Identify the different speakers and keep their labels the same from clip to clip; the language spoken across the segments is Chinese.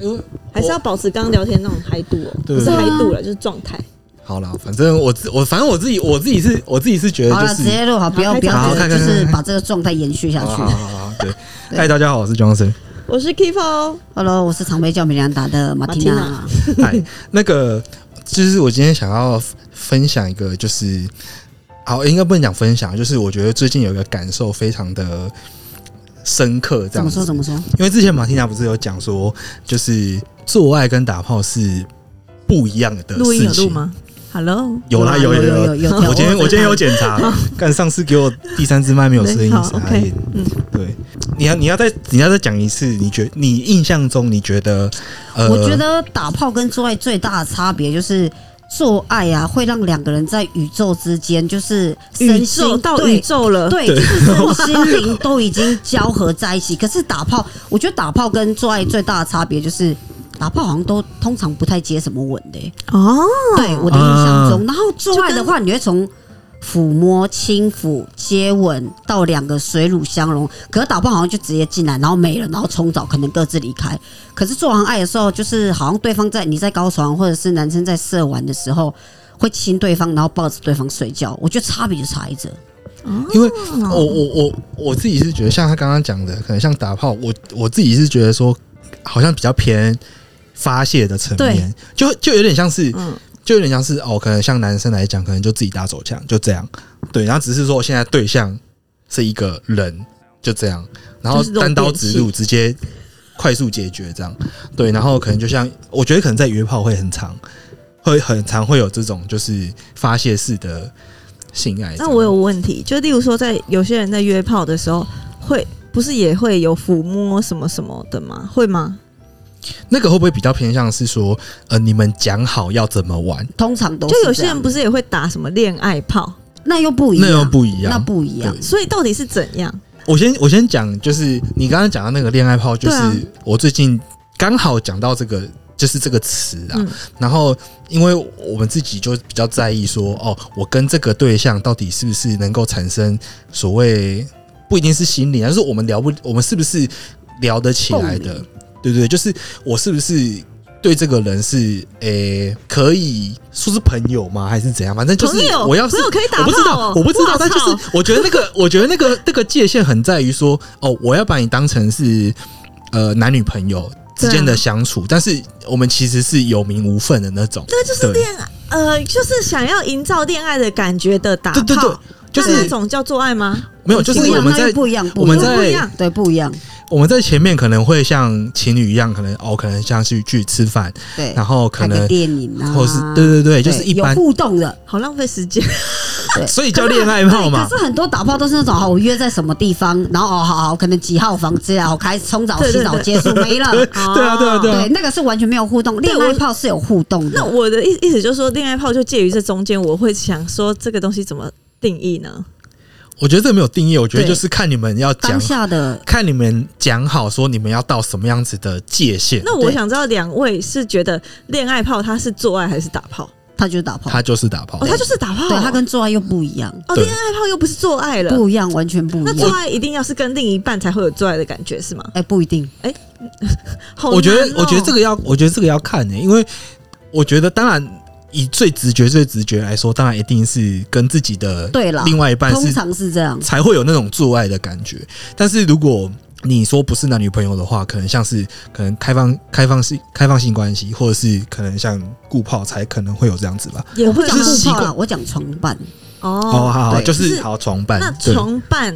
Speaker 1: 因为
Speaker 2: 还是要保持刚刚聊天那种嗨度哦，
Speaker 1: 对
Speaker 2: 不是嗨度了，就是状态。
Speaker 1: 好啦，反正我自我反正我自己我自己是我自己是觉得
Speaker 3: 好
Speaker 1: 就
Speaker 3: 了，直
Speaker 1: 是
Speaker 3: 接录好，不要
Speaker 2: 好
Speaker 3: 不要
Speaker 1: 好
Speaker 3: 觉得，
Speaker 1: 看
Speaker 3: 就
Speaker 1: 看
Speaker 3: 是
Speaker 1: 看看
Speaker 3: 把这个状态延续下
Speaker 1: 好好
Speaker 3: 去。
Speaker 1: 好好好对。嗨，大家好，我是 Johnson。
Speaker 2: 我是哦 Kifo，
Speaker 3: Hello，我是常被叫米兰达的马蒂娜。
Speaker 1: 嗨，那个就是我今天想要分享一个，就是好应该不能讲分享，就是我觉得最近有一个感受非常的深刻，这
Speaker 3: 怎
Speaker 1: 样
Speaker 3: 么
Speaker 1: 子
Speaker 3: 说？。怎么说？
Speaker 1: 因为之前马蒂娜不是有讲说，就是做爱跟打炮是不一样的
Speaker 4: 录音
Speaker 1: 事
Speaker 4: 有录
Speaker 1: 情。
Speaker 4: 吗？Hello，
Speaker 1: 有啦，有
Speaker 3: 有有
Speaker 1: 有
Speaker 3: 有有有
Speaker 1: 我今天
Speaker 3: 有
Speaker 1: 我今天有检查， 干上次给我第三支麦没有声音，
Speaker 4: 好
Speaker 1: 傻
Speaker 4: OK，
Speaker 1: 眼。
Speaker 4: 嗯，
Speaker 1: 对，你要你要再你要再讲一次，你觉你印象中你觉得呃，
Speaker 3: 我觉得打炮跟做爱最大的差别就是。做爱啊，会让两个人在宇宙之间，就是身
Speaker 2: 宇
Speaker 3: 心
Speaker 2: 宙到
Speaker 3: 对
Speaker 2: 宇宙了，
Speaker 3: 对，就是身心灵都已经交合在一起。可是打炮，我觉得打炮跟做爱最大的差别就是，打炮好像都通常不太接什么吻的、欸
Speaker 4: 哦，
Speaker 3: 对我的印象中，
Speaker 1: 啊
Speaker 3: 然后做爱的话，你会从抚摸、轻抚、接吻到两个水乳相融，可是打炮好像就直接进来，然后没了，然后冲澡，可能各自离开。可是做完爱的时候，就是好像对方在你在高床，或者是男生在射完的时候。会亲对方，然后抱着对方睡觉，我觉得差别就差一这。
Speaker 1: 因为我我我我自己是觉得，像他刚刚讲的，可能像打炮，我我自己是觉得说，好像比较偏发泄的层面，就就有点像是，
Speaker 4: 嗯
Speaker 1: 就有点像是哦，可能像男生来讲，可能就自己打手枪，就这样，对，然后只是说现在对象是一个人，就这样，然后
Speaker 4: 就是这种
Speaker 1: 单刀
Speaker 4: 电器
Speaker 1: 直入，直接快速解决这样，对，然后可能就像我觉得可能在约炮会很长，会很常会有这种就是发泄式的性爱这样。
Speaker 4: 那我有问题，就例如说，在有些人在约炮的时候，会不是也会有抚摸什么什么的吗？会吗？
Speaker 1: 那个会不会比较偏向是说，呃，你们讲好要怎么玩，
Speaker 3: 通常都是
Speaker 4: 就有些
Speaker 3: 这样
Speaker 4: 人不是也会打什么恋爱炮，
Speaker 3: 那又不一
Speaker 1: 那
Speaker 3: 样，
Speaker 1: 又不一
Speaker 3: 那
Speaker 1: 样。
Speaker 3: 不一样
Speaker 1: 对。
Speaker 4: 所以到底是怎样？
Speaker 1: 我先我先讲，就是你刚刚讲到那个恋爱炮，就
Speaker 4: 对啊
Speaker 1: 是我最近刚好讲到这个，就是这个词啊。
Speaker 4: 嗯
Speaker 1: 然后，因为我们自己就比较在意说，哦，我跟这个对象到底是不是能够产生所谓不一定是心理啊，但是我们聊不，我们是不是聊得起来的
Speaker 3: 共鸣？
Speaker 1: 对对，对就是我是不是对这个人是诶、可以说是朋友吗？还是怎样？反正就是
Speaker 4: 朋友
Speaker 1: 我要是
Speaker 4: 朋友可以打
Speaker 1: 我不知
Speaker 4: 炮
Speaker 1: 道
Speaker 4: 哦，
Speaker 1: 我不知道
Speaker 4: 哇，
Speaker 1: 但就
Speaker 4: 操
Speaker 1: 是我觉得那 个，我觉得那个那个界限很在于说，哦，我要把你当成是呃男女朋友之间的相处，但是我们其实是有名无分的那种。
Speaker 4: 对，就是
Speaker 1: 对
Speaker 4: 恋爱，呃，就是想要营造恋爱的感觉的打炮，
Speaker 1: 对对对，就
Speaker 4: 那那
Speaker 1: 是
Speaker 4: 种叫做爱吗？
Speaker 1: 没有，就是
Speaker 3: 不一
Speaker 1: 我
Speaker 3: 样，
Speaker 1: 们
Speaker 3: 那又
Speaker 1: 在
Speaker 3: 不一样，
Speaker 1: 我们
Speaker 3: 不一样
Speaker 4: 不一
Speaker 1: 在
Speaker 4: 样
Speaker 3: 对不一样，
Speaker 1: 我们在前面可能会像情侣一样，可能哦，可能像去去吃饭，
Speaker 3: 对，
Speaker 1: 然后可
Speaker 3: 看个
Speaker 1: 能
Speaker 3: 电影啊，
Speaker 1: 或是对对对，就是一般
Speaker 3: 有，互动的。
Speaker 4: 好浪费时间，
Speaker 1: 所以叫恋爱炮嘛
Speaker 3: 可。是很多打炮都是那种，好，哦我约在什么地方，然后哦，好好，可能几号房之类，好，开始冲澡、
Speaker 4: 对对
Speaker 3: 洗澡、
Speaker 4: 对
Speaker 3: 结束，没了。
Speaker 1: 对啊对啊对啊
Speaker 4: 哦
Speaker 3: 对，那个是完全没有互动，
Speaker 4: 对
Speaker 3: 恋
Speaker 4: 我
Speaker 3: 爱炮是有互动
Speaker 4: 那
Speaker 3: 的。
Speaker 4: 我的意意思就是说，恋爱炮就介于这中间，我会想说这个东西怎么定义呢？
Speaker 1: 我觉得这没有定义，我觉得
Speaker 4: 对
Speaker 1: 就是看你们要
Speaker 3: 当
Speaker 1: 讲，
Speaker 3: 下的
Speaker 1: 看你们讲好说你们要到什么样子的界限，
Speaker 4: 那我
Speaker 3: 对
Speaker 4: 想知道两位是觉得恋爱炮它是做爱还是打炮？
Speaker 3: 他就是打炮，
Speaker 1: 他就是打炮
Speaker 4: 哦，。它就是打炮哦，
Speaker 3: 对他跟做爱又不一样，
Speaker 4: 哦
Speaker 1: 对
Speaker 4: 恋爱炮又不是做爱了。
Speaker 3: 不一样，完全不
Speaker 4: 啊那
Speaker 3: 一
Speaker 4: 做
Speaker 3: 样。
Speaker 4: 爱一定要是跟另一半才会有做爱的感觉是吗？
Speaker 3: 哎，不一定，
Speaker 4: 好
Speaker 1: 我觉得
Speaker 4: 难，哦
Speaker 1: 我觉得这个要，我觉得这个要看欸呢、因为我觉得当然以最直觉、最直觉来说，当然一定是跟自己的
Speaker 3: 对啦
Speaker 1: 另外一半
Speaker 3: 通
Speaker 1: 是
Speaker 3: 常是这样。
Speaker 1: 才会有那种做爱的感觉。但是如果你说不是男女朋友的话，可能像是可能开放、开放性、开放性关系，或者是可能像固炮才可能会有这样子吧。
Speaker 4: 也
Speaker 3: 我不
Speaker 4: 会
Speaker 3: 讲
Speaker 1: 就是习
Speaker 3: 互
Speaker 1: 惯
Speaker 3: 炮啦，我讲床伴，
Speaker 1: 哦，
Speaker 4: 哦。
Speaker 1: 好好，
Speaker 3: 对
Speaker 1: 就
Speaker 4: 就是是
Speaker 1: 好床伴
Speaker 4: 那，
Speaker 1: 对，
Speaker 4: 床伴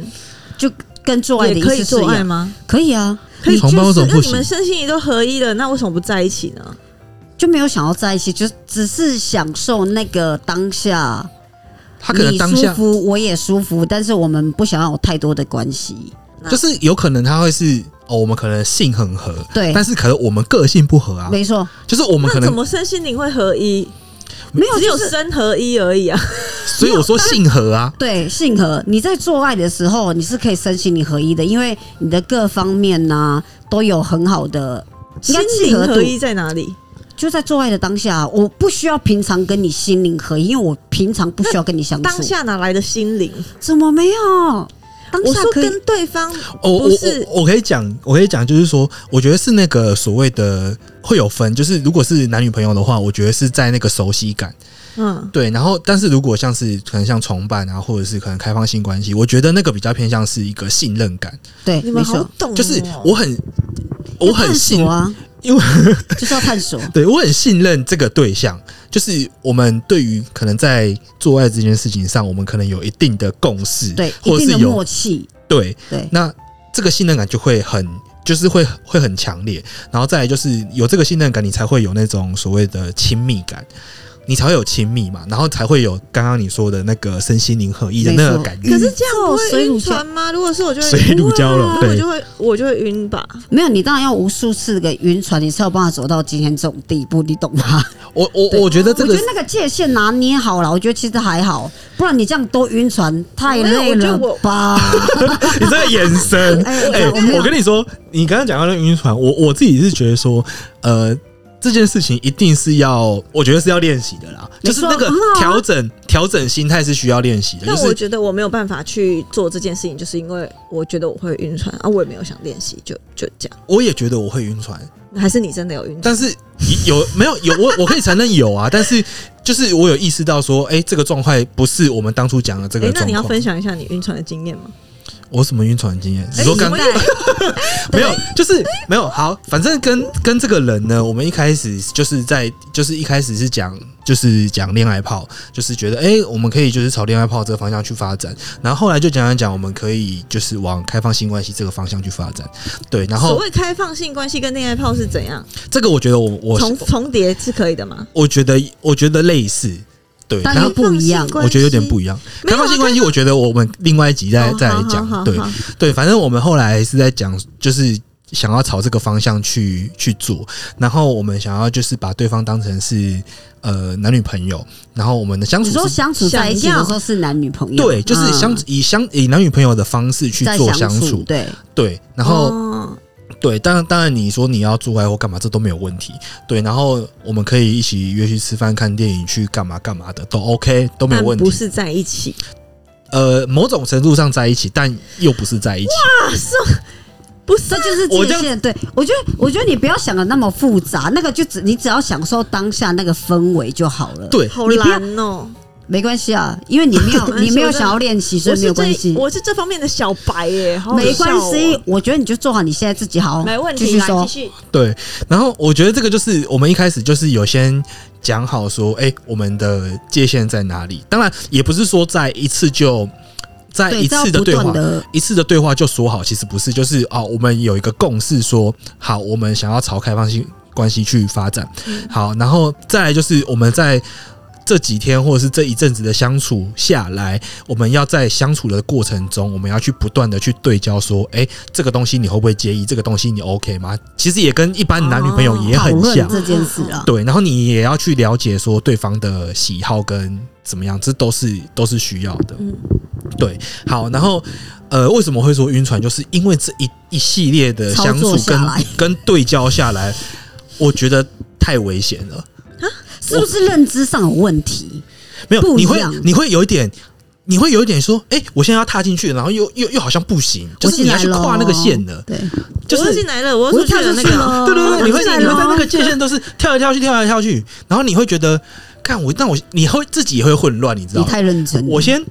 Speaker 3: 就跟做爱的
Speaker 4: 也
Speaker 3: 意
Speaker 4: 可以
Speaker 3: 思是一
Speaker 4: 做爱
Speaker 3: 样，
Speaker 4: 吗？
Speaker 3: 可以啊，
Speaker 4: 可以，
Speaker 1: 床伴为什么
Speaker 4: 就是
Speaker 1: 不
Speaker 4: 那你们
Speaker 1: 行？
Speaker 4: 身心灵都合一了，那为什么不在一起呢？
Speaker 3: 就没有想要在一起，就只是享受那个当下。
Speaker 1: 他可能当
Speaker 3: 你
Speaker 1: 下
Speaker 3: 舒服，我也舒服，但是我们不想要有太多的关系。
Speaker 1: 就是有可能他会是哦，我们可能性很合，
Speaker 3: 对
Speaker 1: 但是可能我们个性不合啊，
Speaker 3: 没错，
Speaker 1: 就是我们可
Speaker 4: 那怎
Speaker 1: 能，
Speaker 4: 么身心灵会合一？
Speaker 3: 没有
Speaker 4: 只有
Speaker 3: 就是
Speaker 4: 身合一而已啊！
Speaker 1: 所以我说性合啊，
Speaker 3: 对性和你在做爱的时候，你是可以身心灵合一的，因为你的各方面呢、都有很好的。应
Speaker 4: 心
Speaker 3: 该契
Speaker 4: 灵
Speaker 3: 合
Speaker 4: 合
Speaker 3: 度
Speaker 4: 一在哪里？
Speaker 3: 就在做爱的当下，我不需要平常跟你心灵合一，因为我平常不需要跟你相处。
Speaker 4: 当下哪来的心灵？
Speaker 3: 怎么没有？当
Speaker 4: 我
Speaker 3: 下
Speaker 4: 说
Speaker 3: 可以
Speaker 4: 跟对方
Speaker 1: 哦我我
Speaker 4: 不是
Speaker 1: 我我可以讲，我可以讲，就是说，我觉得是那个所谓的会有分，就是如果是男女朋友的话，我觉得是在那个熟悉感，
Speaker 4: 嗯
Speaker 1: 对。然后，但是如果像是可能像崇拜啊，或者是可能开放性关系，我觉得那个比较偏向是一个信任感，
Speaker 3: 对，
Speaker 4: 你
Speaker 3: 没
Speaker 4: 们好
Speaker 3: 错，
Speaker 4: 懂哦，
Speaker 1: 哎就是我很我
Speaker 3: 要
Speaker 1: 很
Speaker 3: 探
Speaker 1: 信
Speaker 3: 索，啊，
Speaker 1: 因为
Speaker 3: 就是要探索。
Speaker 1: 对我很信任这个对象，就是我们对于可能在做爱这件事情上，我们可能有一定的共识，
Speaker 3: 对，
Speaker 1: 或
Speaker 3: 一
Speaker 1: 者
Speaker 3: 定
Speaker 1: 是
Speaker 3: 的
Speaker 1: 有
Speaker 3: 默契，
Speaker 1: 对
Speaker 3: 对，
Speaker 1: 那这个信任感就会很，就是会会很强烈。然后再来就是有这个信任感，你才会有那种所谓的亲密感，你才会有亲密嘛，然后才会有刚刚你说的那个身心灵合一的那个感觉。
Speaker 4: 可是这样不
Speaker 3: 做水
Speaker 4: 会
Speaker 3: 乳
Speaker 4: 晕
Speaker 3: 交
Speaker 4: 船吗？如果是我就会
Speaker 1: 嗯水乳交融
Speaker 4: 哇
Speaker 1: 对
Speaker 4: 我就会我就会晕吧。
Speaker 3: 没有你当然要无数次的晕船，你才有办法走到今天这种地步，你懂吗？
Speaker 1: 我我
Speaker 3: 对
Speaker 1: 我觉得这
Speaker 3: 我觉
Speaker 1: 个
Speaker 3: 得那个界限拿捏好了，我觉得其实还好，不然你这样多晕船太累
Speaker 4: 没有我
Speaker 3: 了
Speaker 4: 觉得我
Speaker 3: 吧？
Speaker 1: 你这个眼神，
Speaker 3: 哎
Speaker 1: 哎、
Speaker 3: 我没有
Speaker 1: 我跟你说，你刚刚讲到那个晕船，我我自己是觉得说，呃，这件事情一定是要，我觉得是要练习的啦，
Speaker 3: 没
Speaker 1: 就
Speaker 3: 错
Speaker 1: 是那个
Speaker 3: 很好啊
Speaker 1: 调整调整心态是需要练习的，就
Speaker 4: 但嗯我
Speaker 1: 是
Speaker 4: 觉得我没有办法去做这件事情，就是因为我觉得我会晕船啊，我也没有想练习，就就这样。
Speaker 1: 我也觉得我会晕船，
Speaker 4: 还是你真的有晕船？
Speaker 1: 但是有没有有我我可以承认有啊，但是就是我有意识到说，哎、这个状况不是我们当初讲的这
Speaker 4: 哎、
Speaker 1: 个
Speaker 4: 那
Speaker 1: 状
Speaker 4: 你要
Speaker 1: 况。
Speaker 4: 分享一下你晕船的经验吗？
Speaker 1: 我什么晕船经验？你
Speaker 4: 哎
Speaker 1: 说刚
Speaker 4: 你
Speaker 1: 没有，就是没有好，反正跟跟这个人呢，我们一开始就是在就是一开始是讲就是讲恋爱炮，就是觉得哎、诶我们可以就是朝恋爱炮这个方向去发展，然后后来就讲讲讲，我们可以就是往开放性关系这个方向去发展，对，然
Speaker 4: 所
Speaker 1: 后
Speaker 4: 谓开放性关系跟恋爱泡是怎样？
Speaker 1: 这个我觉得我我
Speaker 4: 重重叠是可以的吗？
Speaker 1: 我觉得我觉得类似，对，
Speaker 3: 但
Speaker 1: 然后
Speaker 3: 又不一样
Speaker 4: 开放性关
Speaker 1: 我
Speaker 4: 系
Speaker 1: 觉得有点呃不一样。
Speaker 4: 没有
Speaker 1: 开
Speaker 4: 啊
Speaker 1: 放性关系，我觉得我们另外一集再再来
Speaker 4: 哦好
Speaker 1: 讲。
Speaker 4: 好
Speaker 1: 对
Speaker 4: 好好
Speaker 1: 对，反正我们后来是在讲，就是想要朝这个方向去去做，然后我们想要就是把对方当成是呃男女朋友，然后我们的相
Speaker 3: 你
Speaker 1: 处
Speaker 3: 说
Speaker 1: 是。
Speaker 3: 相处在一起
Speaker 4: 想
Speaker 3: 的
Speaker 4: 要
Speaker 3: 时候是男女朋友，
Speaker 1: 对，就是相、
Speaker 3: 嗯
Speaker 1: 以相以男女朋友的方式去
Speaker 3: 在
Speaker 1: 做
Speaker 3: 相
Speaker 1: 处，
Speaker 3: 对，啊
Speaker 1: 对，然后
Speaker 4: 哦
Speaker 1: 对，当然当然，你说你要做爱或干嘛，这都没有问题。对，然后我们可以一起约去吃饭、看电影、去干嘛干嘛的，都 OK，都没有
Speaker 4: 但
Speaker 1: 问
Speaker 4: 不
Speaker 1: 题。
Speaker 4: 是在一起
Speaker 1: 呃，某种程度上在一起，但又不是在一起。
Speaker 4: 啊，是不是
Speaker 3: 这就是
Speaker 1: 我
Speaker 3: 界
Speaker 1: 这
Speaker 3: 限。对我觉得，我觉得你不要想的那么复杂，那个就只你只要享受当下那个氛围就好了。，
Speaker 1: 对，
Speaker 4: 好
Speaker 3: 你不要
Speaker 4: 难哦、
Speaker 3: 没关系啊，因为你没有
Speaker 4: 关系
Speaker 3: 你没有
Speaker 4: 我真的
Speaker 3: 想要练习，所
Speaker 4: 我
Speaker 3: 以没
Speaker 4: 是
Speaker 3: 有关
Speaker 4: 这
Speaker 3: 系。
Speaker 4: 我是这方面的小白耶、好好
Speaker 3: 没
Speaker 4: 笑
Speaker 3: 关
Speaker 4: 哦
Speaker 3: 系，，我觉得你就做好你现在自己
Speaker 1: 哦
Speaker 3: 好，
Speaker 4: 没问题，
Speaker 3: 啊继续
Speaker 4: 来
Speaker 3: 说
Speaker 4: 继，续。
Speaker 1: 对，然后我觉得这个就是我们一开始就是有先讲好说，哎、我们的界限在哪里？当然也不是说在一次就在
Speaker 3: 对，
Speaker 1: 一
Speaker 3: 这要
Speaker 1: 次的
Speaker 3: 不
Speaker 1: 对话
Speaker 3: 断，的
Speaker 1: 一次的对话就说好，其实不是，就是啊、我们有一个共识说，好，我们想要朝开放性关系去发展。
Speaker 3: 嗯
Speaker 1: 好，然后再来就是我们在这几天或者是这一阵子的相处下来，我们要在相处的过程中，我们要去不断的去对焦，说，哎、这个东西你会不会介意？这个东西你 OK 吗？其实也跟一般男女朋友也
Speaker 3: 啊讨
Speaker 1: 很
Speaker 3: 论
Speaker 1: 像，
Speaker 3: 这件事啊。
Speaker 1: 对，然后你也要去了解说对方的喜好跟怎么样，这都是都是需要的。
Speaker 4: 嗯
Speaker 1: 对，好，然后呃，为什么会说晕船？就是因为这一一系列的
Speaker 3: 操
Speaker 1: 相处
Speaker 3: 作下
Speaker 1: 跟
Speaker 3: 来
Speaker 1: 跟对焦下来，我觉得太危险了。
Speaker 3: 是不是认知上有问题？
Speaker 1: 没有，
Speaker 3: 不一
Speaker 1: 你会
Speaker 3: 样
Speaker 1: 你会有一点。你会有一点说，哎、我现在要踏进去，然后又又又好像不行，就是你要去
Speaker 3: 我进来咯
Speaker 1: 跨那个线的，
Speaker 3: 对，
Speaker 1: 就
Speaker 4: 我
Speaker 1: 是
Speaker 4: 进来了，我
Speaker 3: 我
Speaker 4: 出
Speaker 3: 就
Speaker 4: 去
Speaker 3: 跳
Speaker 4: 了
Speaker 3: 出
Speaker 4: 那
Speaker 3: 去
Speaker 4: 个。
Speaker 3: 了，
Speaker 1: 对对对，你会
Speaker 3: 啊我进来
Speaker 1: 你会在
Speaker 3: 咯
Speaker 1: 那个界限都是跳来跳去，跳来跳去，然后你会觉得，看我，但我你会自己也会混乱，你知道
Speaker 3: 你
Speaker 1: 吗？
Speaker 3: 太认真了，
Speaker 1: 我先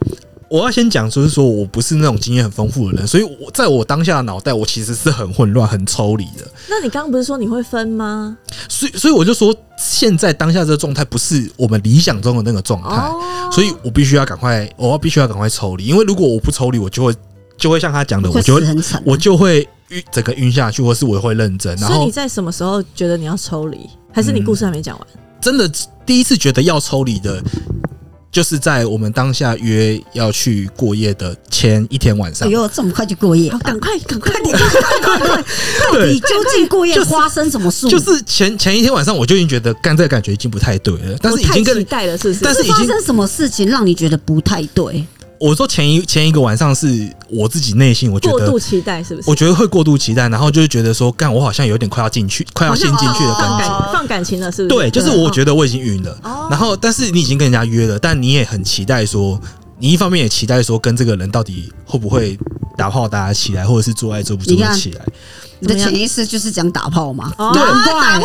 Speaker 1: 我要先讲，就是说我不是那种经验很丰富的人，所以我在我当下的脑袋，我其实是很混乱、很抽离的。
Speaker 4: 那你刚刚不是说你会分吗？
Speaker 1: 所以，所以我就说，现在当下这个状态不是我们理想中的那个状态，
Speaker 4: 哦，
Speaker 1: 所以我必须要赶快，我要必须要赶快抽离，因为如果我不抽离，我就会就会像他讲的，我
Speaker 3: 会
Speaker 1: 就
Speaker 3: 死
Speaker 1: 会
Speaker 3: 很惨啊。
Speaker 1: 我就会晕，整个晕下去，或是我会认真，然
Speaker 4: 所以
Speaker 1: 后
Speaker 4: 你在什么时候觉得你要抽离？还是你故事还没讲完？
Speaker 1: 真的第一次觉得要抽离的，就是在我们当下约要去过夜的前一天晚
Speaker 4: 哦
Speaker 3: 哎
Speaker 1: 上。
Speaker 3: 呦，这么快就过夜
Speaker 4: 嗯
Speaker 3: 啊，
Speaker 4: 哎赶、快，赶快！
Speaker 3: 快点，快点，快点！到
Speaker 1: 对
Speaker 3: 底究竟过夜发生什么事？
Speaker 1: 就是前前一天晚上我就已经觉得干这个感觉已经不太对了，但是已
Speaker 4: 我
Speaker 1: 经
Speaker 4: 太期
Speaker 1: 跟
Speaker 4: 待了，是不是？
Speaker 1: 但是已
Speaker 3: 发
Speaker 1: 经
Speaker 3: 生什么事情让你觉得不太对？
Speaker 1: 我说前一前一个晚上是我自己内心我觉
Speaker 4: 过
Speaker 1: 得
Speaker 4: 度期待是不是？
Speaker 1: 我觉得会过度期待，然后就是觉得说干我好像有点快要进去快要陷进去的感
Speaker 4: 放
Speaker 1: 觉，哦
Speaker 4: 感放感情了，是不是？
Speaker 1: 对，就是我觉得我已经晕了，
Speaker 4: 哦
Speaker 1: 然后但是你已经跟人家约了，但你也很期待说。你一方面也期待说跟这个人到底会不会打炮打得起来，或者是做爱做不做
Speaker 3: 你
Speaker 1: 得
Speaker 3: 看
Speaker 1: 起来。
Speaker 3: 你的
Speaker 4: 怎么样
Speaker 3: 潜意识就是讲打炮嘛，
Speaker 4: 哦
Speaker 3: 对，怪。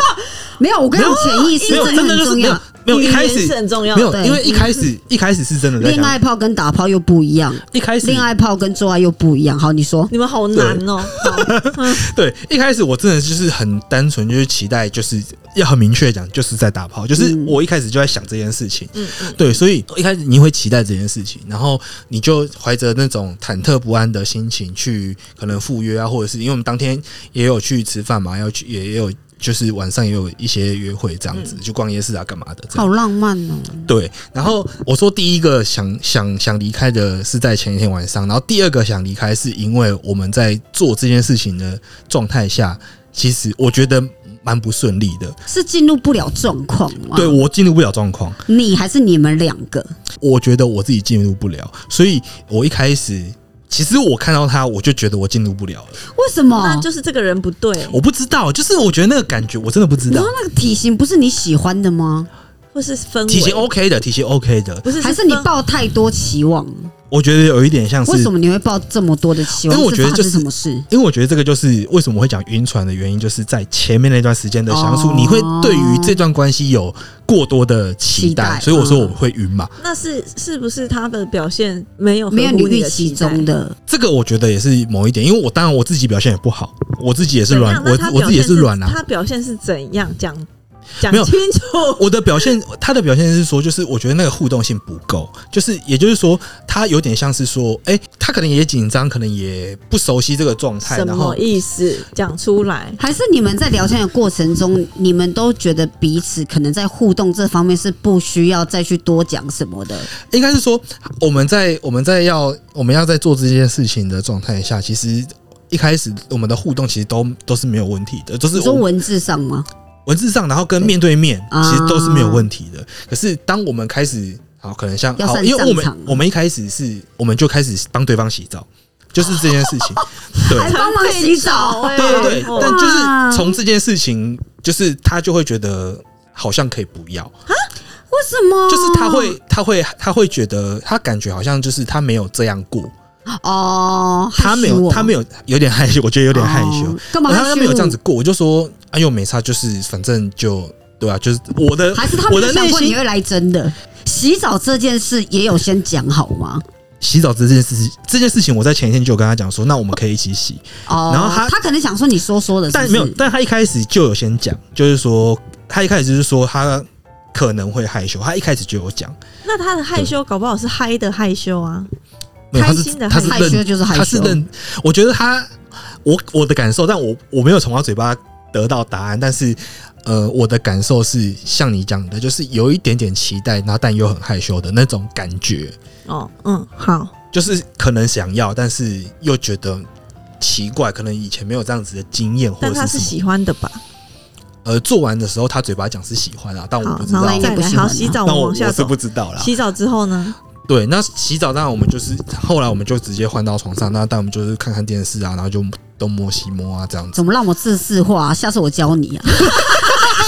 Speaker 3: 没有，我跟你讲，潜意识
Speaker 1: 没有，
Speaker 3: 真
Speaker 1: 真
Speaker 3: 的
Speaker 1: 的
Speaker 3: 很
Speaker 1: 就是
Speaker 3: 重
Speaker 1: 没有
Speaker 3: 要。
Speaker 1: 没有一开
Speaker 2: 语言
Speaker 1: 始
Speaker 2: 是很重要
Speaker 1: 没有，
Speaker 3: 对
Speaker 1: 因为一开始一开始是真的在
Speaker 3: 恋
Speaker 1: 讲
Speaker 3: 爱炮跟打炮又不一样，
Speaker 1: 一开始
Speaker 3: 恋爱炮跟做爱又不一样。好，你说
Speaker 2: 你们好难哦、好
Speaker 1: 对，一开始我真的就是很单纯，就是期待，就是要很明确地讲，就是在打炮，就是
Speaker 3: 嗯
Speaker 1: 我一开始就在想这件事情。嗯嗯，对，所以一开始你会期待这件事情，然后你就怀着那种忐忑不安的心情去可能赴约啊，或者是因为我们当天也有去吃饭嘛，要去也也有。就是晚上也有一些约会这样子，就逛夜市啊，干嘛的这样
Speaker 3: 好。浪漫哦，
Speaker 1: 对，然后我说第一个想想想离开的是在前一天晚上，然后第二个想离开是因为我们在做这件事情的状态下，其实我觉得蛮不顺利的。
Speaker 3: 是进入不了状况吗？
Speaker 1: 对，我进入不了状况，
Speaker 3: 你还是你们两个，
Speaker 1: 我觉得我自己进入不了，所以我一开始其实我看到他，我就觉得我进入不了了。
Speaker 3: 为什么？
Speaker 4: 那就是这个人不对，
Speaker 3: 哦
Speaker 1: 我不知道，就是我觉得那个感觉，我真的不知
Speaker 3: 你
Speaker 1: 道
Speaker 3: 说。那个体型不是你喜欢的吗？
Speaker 4: 或是氛围
Speaker 1: 体型 OK 的，体型 OK 的，
Speaker 4: 不是
Speaker 3: 哦还是你
Speaker 4: 氛
Speaker 3: 抱太多期望？
Speaker 1: 我觉得有一点像是
Speaker 3: 为什么你会抱这么多的期望？
Speaker 1: 因为我觉得
Speaker 3: 是发
Speaker 1: 就
Speaker 3: 生
Speaker 1: 是
Speaker 3: 什么事？
Speaker 1: 因为我觉得这个就是为什么会讲晕船的原因，就是在前面那段时间的相处，
Speaker 3: 哦
Speaker 1: 你会对于这段关系有过多的期待，嗯
Speaker 3: 期待
Speaker 1: 所以我说我会晕嘛。
Speaker 4: 那是是不是他的表现没
Speaker 1: 哦
Speaker 4: 有合
Speaker 3: 没有
Speaker 4: 乎
Speaker 3: 你预
Speaker 4: 的期
Speaker 3: 期
Speaker 4: 待
Speaker 3: 中？的，
Speaker 1: 这个我觉得也是某一点，因为我当然我自己表现也不好，我自己也是
Speaker 4: 怎
Speaker 1: 软
Speaker 4: 样，
Speaker 1: 我
Speaker 4: 那他
Speaker 1: 我自己也
Speaker 4: 表现是
Speaker 1: 软啊。
Speaker 4: 他表现是怎样？讲讲
Speaker 1: 没有
Speaker 4: 清楚。
Speaker 1: 我的表现，他的表现是说，就是我觉得那个互动性不够，就是也就是说，他有点像是说，哎、他可能也紧张，可能也不熟悉这个状态，
Speaker 4: 什
Speaker 1: 然后
Speaker 4: 么意思？讲出来。
Speaker 3: 还是你们在聊天的过程中，你们都觉得彼此可能在互动这方面是不需要再去多讲什么的？
Speaker 1: 应该是说我们在我们在要我们要在做这件事情的状态下，其实一开始我们的互动其实都都是没有问题的，就是
Speaker 3: 你说
Speaker 1: 我们
Speaker 3: 文字上吗？
Speaker 1: 文字上，然后跟面对面
Speaker 3: 对
Speaker 1: 其实都是没有问题的。可是当我们开始好，可能像
Speaker 3: 要
Speaker 1: 好，
Speaker 3: 上
Speaker 1: 因为我们
Speaker 3: 战场了
Speaker 1: 我们一开始是我们就开始帮对方洗澡，就是这件事情，对。
Speaker 3: 还哎帮忙洗澡
Speaker 4: 哎
Speaker 1: 对对对，
Speaker 4: 哦
Speaker 1: 但就是从这件事情，就是他就会觉得好像可以不要，
Speaker 3: 为什么？
Speaker 1: 就是他会他会他会觉得他感觉好像就是他没有这样过，
Speaker 3: 哦，
Speaker 1: 他没有，他没
Speaker 3: 有
Speaker 1: 有，有点害羞，我觉得有点害羞。，
Speaker 3: 干、嘛
Speaker 1: 然
Speaker 3: 害羞？
Speaker 1: 后他没有这样子过，我就说，哎呦，没差，就是反正就对啊，就是我的
Speaker 3: 还是他
Speaker 1: 我
Speaker 3: 没有
Speaker 1: 的
Speaker 3: 想
Speaker 1: 内
Speaker 3: 过你
Speaker 1: 心
Speaker 3: 会来真的。洗澡这件事也有先讲好吗？
Speaker 1: 洗澡这件事情，这件事情我在前一天就有跟他讲说，那我们可以一起洗，
Speaker 3: 哦，
Speaker 1: 然后他
Speaker 3: 他可能想说你说说 的是不
Speaker 1: 但
Speaker 3: 是，
Speaker 1: 没有，但他一开始就有先讲，就是说他一开始就是说他可能会害羞，他一开始就有讲，
Speaker 4: 那他的害羞，搞不好是嗨的害羞啊。
Speaker 1: 没有，他是
Speaker 4: 开心的
Speaker 1: 他是
Speaker 3: 害羞
Speaker 1: 认，
Speaker 3: 就是害羞
Speaker 1: 他是认，我觉得他我我的感受，但我我没有从他嘴巴得到答案，但是呃，我的感受是像你讲的，就是有一点点期待，然后但又很害羞的那种感觉，
Speaker 4: 哦，嗯，好，
Speaker 1: 就是可能想要，但是又觉得奇怪，可能以前没有这样子的经验，或
Speaker 4: 但
Speaker 1: 者
Speaker 4: 他
Speaker 1: 是
Speaker 4: 是
Speaker 1: 什么
Speaker 4: 喜欢的吧？
Speaker 1: 呃，做完的时候他嘴巴讲是喜欢啊，但我
Speaker 4: 好
Speaker 1: 不，知
Speaker 4: 然
Speaker 1: 道
Speaker 4: 后。
Speaker 3: 应该
Speaker 4: 再
Speaker 3: 不
Speaker 4: 来，
Speaker 3: 喜欢啊
Speaker 4: 好，
Speaker 3: 吧
Speaker 4: 洗澡
Speaker 1: 那我
Speaker 4: 往下
Speaker 1: 我是
Speaker 4: 走
Speaker 1: 不。知道啦。
Speaker 4: 洗澡之后 呢？
Speaker 1: 对，那洗澡当然我们就是后来我们就直接换到床上，那但我们就是看看电视啊，然后就东摸西摸啊这样子。
Speaker 3: 怎么让我自视化、下次我教你啊，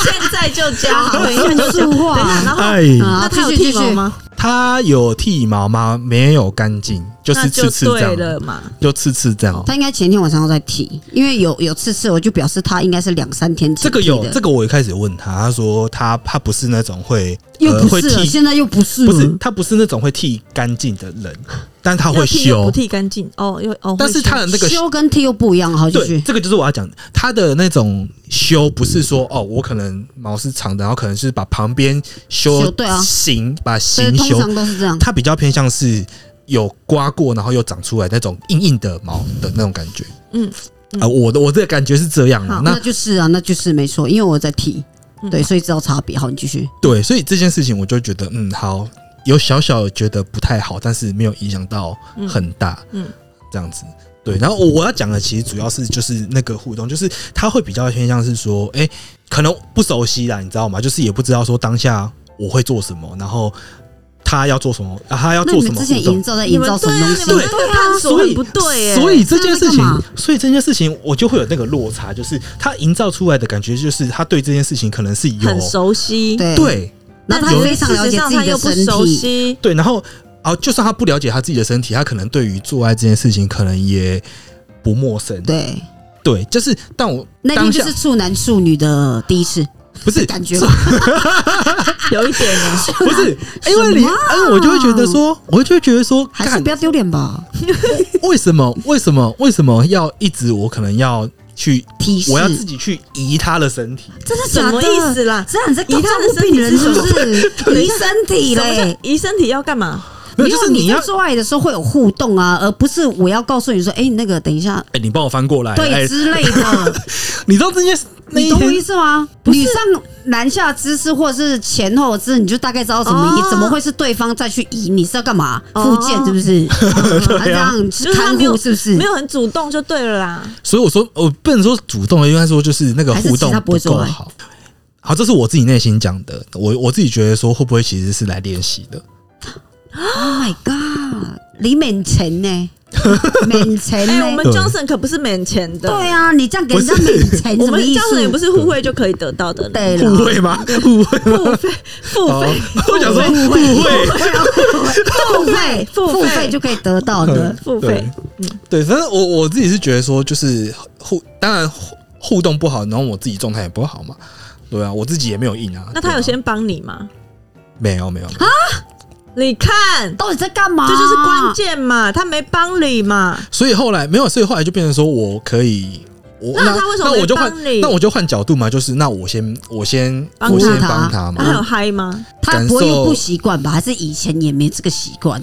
Speaker 4: 现在就教， 等一下就教
Speaker 3: 自视。化
Speaker 4: 等一下，然后
Speaker 1: 哎，
Speaker 3: 啊
Speaker 4: 那他有
Speaker 3: 继
Speaker 4: 剃
Speaker 3: 续
Speaker 4: 毛
Speaker 3: 继续
Speaker 4: 吗？
Speaker 1: 它有剃毛吗？没有干净，就是
Speaker 4: 那
Speaker 1: 刺
Speaker 4: 就
Speaker 1: 刺这
Speaker 4: 对
Speaker 1: 样，
Speaker 4: 了嘛。
Speaker 1: 就刺刺这样。
Speaker 3: 他应该前天晚上都在提，因为有有次次，我就表示他应该是两三天前
Speaker 1: 这个
Speaker 3: 提
Speaker 1: 有，
Speaker 3: 的
Speaker 1: 这个我一开始问他，他说他他不是那种会
Speaker 3: 又
Speaker 1: 呃
Speaker 3: 不
Speaker 1: 会
Speaker 3: 是
Speaker 4: 啊
Speaker 3: 了，
Speaker 1: 剃，
Speaker 3: 现在又不是了，嗯
Speaker 1: 不是他不是那种会剃干净的人，但他会
Speaker 4: 要剃又
Speaker 1: 修
Speaker 4: 不，剃干净哦，又哦，
Speaker 1: 但是他呃的那个
Speaker 3: 修跟剃又不一样，好继
Speaker 1: 对，
Speaker 3: 续。
Speaker 1: 这个就是我要讲的，他的那种修不是说哦，我可能毛是长的，然后可能是把旁边修
Speaker 3: 修对啊
Speaker 1: 形，把
Speaker 3: 所以
Speaker 1: 形
Speaker 3: 通
Speaker 1: 修
Speaker 3: 常都是这样，
Speaker 1: 它比较偏向是有刮过，然后又长出来那种硬硬的毛的那种感觉。嗯
Speaker 4: 嗯，
Speaker 1: 啊、我的我的感觉是这样啊
Speaker 4: 好。
Speaker 3: 那
Speaker 1: 那
Speaker 3: 就是啊，那就是没错，因为我在剃，
Speaker 4: 嗯
Speaker 3: 对，所以知道差别。好，你继续。
Speaker 1: 对，所以这件事情我就觉得，嗯，好，有小小觉得不太好，但是没有影响到很大，嗯，
Speaker 4: 嗯嗯
Speaker 1: 这样子。对，然后我我要讲的其实主要是就是那个互动，就是他会比较偏向是说，哎、可能不熟悉啦，你知道吗？就是也不知道说当下我会做什么，然后他要做什么，啊、他要
Speaker 3: 那
Speaker 1: 做
Speaker 3: 你
Speaker 1: 什
Speaker 3: 们
Speaker 1: 么
Speaker 3: 之
Speaker 1: 互
Speaker 3: 前
Speaker 1: 动
Speaker 3: 营。造在营造什么东西？
Speaker 4: 对，啊这个探索
Speaker 1: 所以
Speaker 4: 很不对耶。
Speaker 1: 所以这件事情
Speaker 3: 那他在干嘛，
Speaker 1: 所以这件事情我就会有那个落差，就是他营造出来的感觉，就是他对这件事情可能是有
Speaker 4: 很熟悉，
Speaker 3: 对，
Speaker 1: 对
Speaker 3: 那他
Speaker 1: 有
Speaker 3: 非常了解自
Speaker 4: 事实
Speaker 3: 己的
Speaker 4: 上他又不
Speaker 3: 身
Speaker 4: 熟
Speaker 3: 体，
Speaker 4: 悉，
Speaker 1: 对，然后啊，就算他不了解他自己的身体，他可能对于做爱这件事情可能也不陌生。
Speaker 3: 对，
Speaker 1: 对，就是，但我
Speaker 3: 那
Speaker 1: 当
Speaker 3: 天
Speaker 1: 下
Speaker 3: 就是处男处女的第一次
Speaker 1: 不是
Speaker 3: 感觉吧，
Speaker 4: 有一 点呢，
Speaker 1: 不是，因为你，因
Speaker 3: 啊什么
Speaker 1: 为我就会觉得说，我就会觉得说，
Speaker 3: 还是
Speaker 1: 干
Speaker 3: 不要丢脸吧。
Speaker 1: 为什么，为什么，为什么要一直我可能要去，
Speaker 3: 提示
Speaker 1: 我要自己去移他的身体？
Speaker 3: 真的
Speaker 4: 什
Speaker 3: 假的
Speaker 4: 么意思啦？
Speaker 3: 这样你在
Speaker 4: 移
Speaker 3: 照
Speaker 4: 他的
Speaker 3: 顾
Speaker 4: 身
Speaker 3: 病
Speaker 4: 体
Speaker 3: 人
Speaker 4: 是
Speaker 3: 是
Speaker 4: 什
Speaker 3: 不
Speaker 4: 么
Speaker 3: 是？移身体
Speaker 4: 什么叫
Speaker 3: 嘞？
Speaker 4: 移身体要干嘛？
Speaker 1: 没有，
Speaker 3: 因
Speaker 1: 就
Speaker 3: 为
Speaker 1: 是
Speaker 3: 你
Speaker 1: 要
Speaker 3: 在，做爱的时候会有互动啊，而不是我要告诉你说，哎，那个等一下，
Speaker 1: 哎，你帮我翻过来，哎
Speaker 3: 对，之类的，
Speaker 1: 你知道这件事那
Speaker 3: 你
Speaker 1: 一
Speaker 3: 懂我意
Speaker 1: 天，
Speaker 3: 思吗？女上男下姿势或者是前后姿，你就大概知道怎么移，
Speaker 4: 哦
Speaker 3: 怎么会是对方再去移？你是要干嘛？
Speaker 4: 哦
Speaker 3: 复健是不 是？啊这
Speaker 1: 啊
Speaker 3: 样
Speaker 4: 就是是他
Speaker 3: 看
Speaker 4: 没有
Speaker 3: 护是不是
Speaker 4: 没？有很主动就对了啦。
Speaker 1: 所以我说，我不能说主动的，应该说就是那个
Speaker 3: 还是
Speaker 1: 互
Speaker 3: 其实
Speaker 1: 动
Speaker 3: 他不会
Speaker 1: 够
Speaker 3: 做爱
Speaker 1: 好。好，这是我自己内心讲的，我我自己觉得说，会不会其实是来练习的？
Speaker 3: Oh my god！你免 钱呢？免钱
Speaker 4: 哎，我
Speaker 3: 呢
Speaker 4: 们？
Speaker 1: 对
Speaker 4: Johnson 可不是免钱的，
Speaker 3: 嗯对啊，你这样给人家免 钱
Speaker 4: 我
Speaker 3: 什么
Speaker 4: 们
Speaker 3: 意
Speaker 4: Johnson 也不
Speaker 3: 思？
Speaker 4: 是互惠就可以得到的，
Speaker 3: 对
Speaker 1: 互
Speaker 3: 了，
Speaker 1: 惠吗？互惠吗？
Speaker 4: 付费付
Speaker 1: 哦
Speaker 4: 费，
Speaker 1: 我想说
Speaker 4: 付
Speaker 1: 互
Speaker 4: 费
Speaker 1: 惠。
Speaker 3: 付费
Speaker 4: 付费
Speaker 3: 付费就可以得到的。
Speaker 4: 付费，
Speaker 3: 嗯
Speaker 1: 对，反正我我自己是觉得说，就是互当然互互动不好，然后我自己状态也不好嘛。对啊，我自己也没有硬啊。
Speaker 4: 那他
Speaker 1: 对啊
Speaker 4: 有先帮你吗？
Speaker 1: 没有没有啊？
Speaker 4: 你看，
Speaker 3: 到底在干嘛？
Speaker 4: 这就是关。键嘛，他没帮你嘛，
Speaker 1: 所以后来没有，所以后来就变成说我可以，我
Speaker 4: 那他为什么
Speaker 1: 那我就
Speaker 4: 没
Speaker 1: 换
Speaker 4: 帮你
Speaker 1: 那我就换角度嘛，就是那我先我先
Speaker 4: 帮
Speaker 1: 我先
Speaker 3: 他
Speaker 1: 帮他
Speaker 4: 他哎还有
Speaker 1: 嘛。
Speaker 4: 嗨吗？
Speaker 3: 他不会又不习惯吧？还是以前也没这个习惯？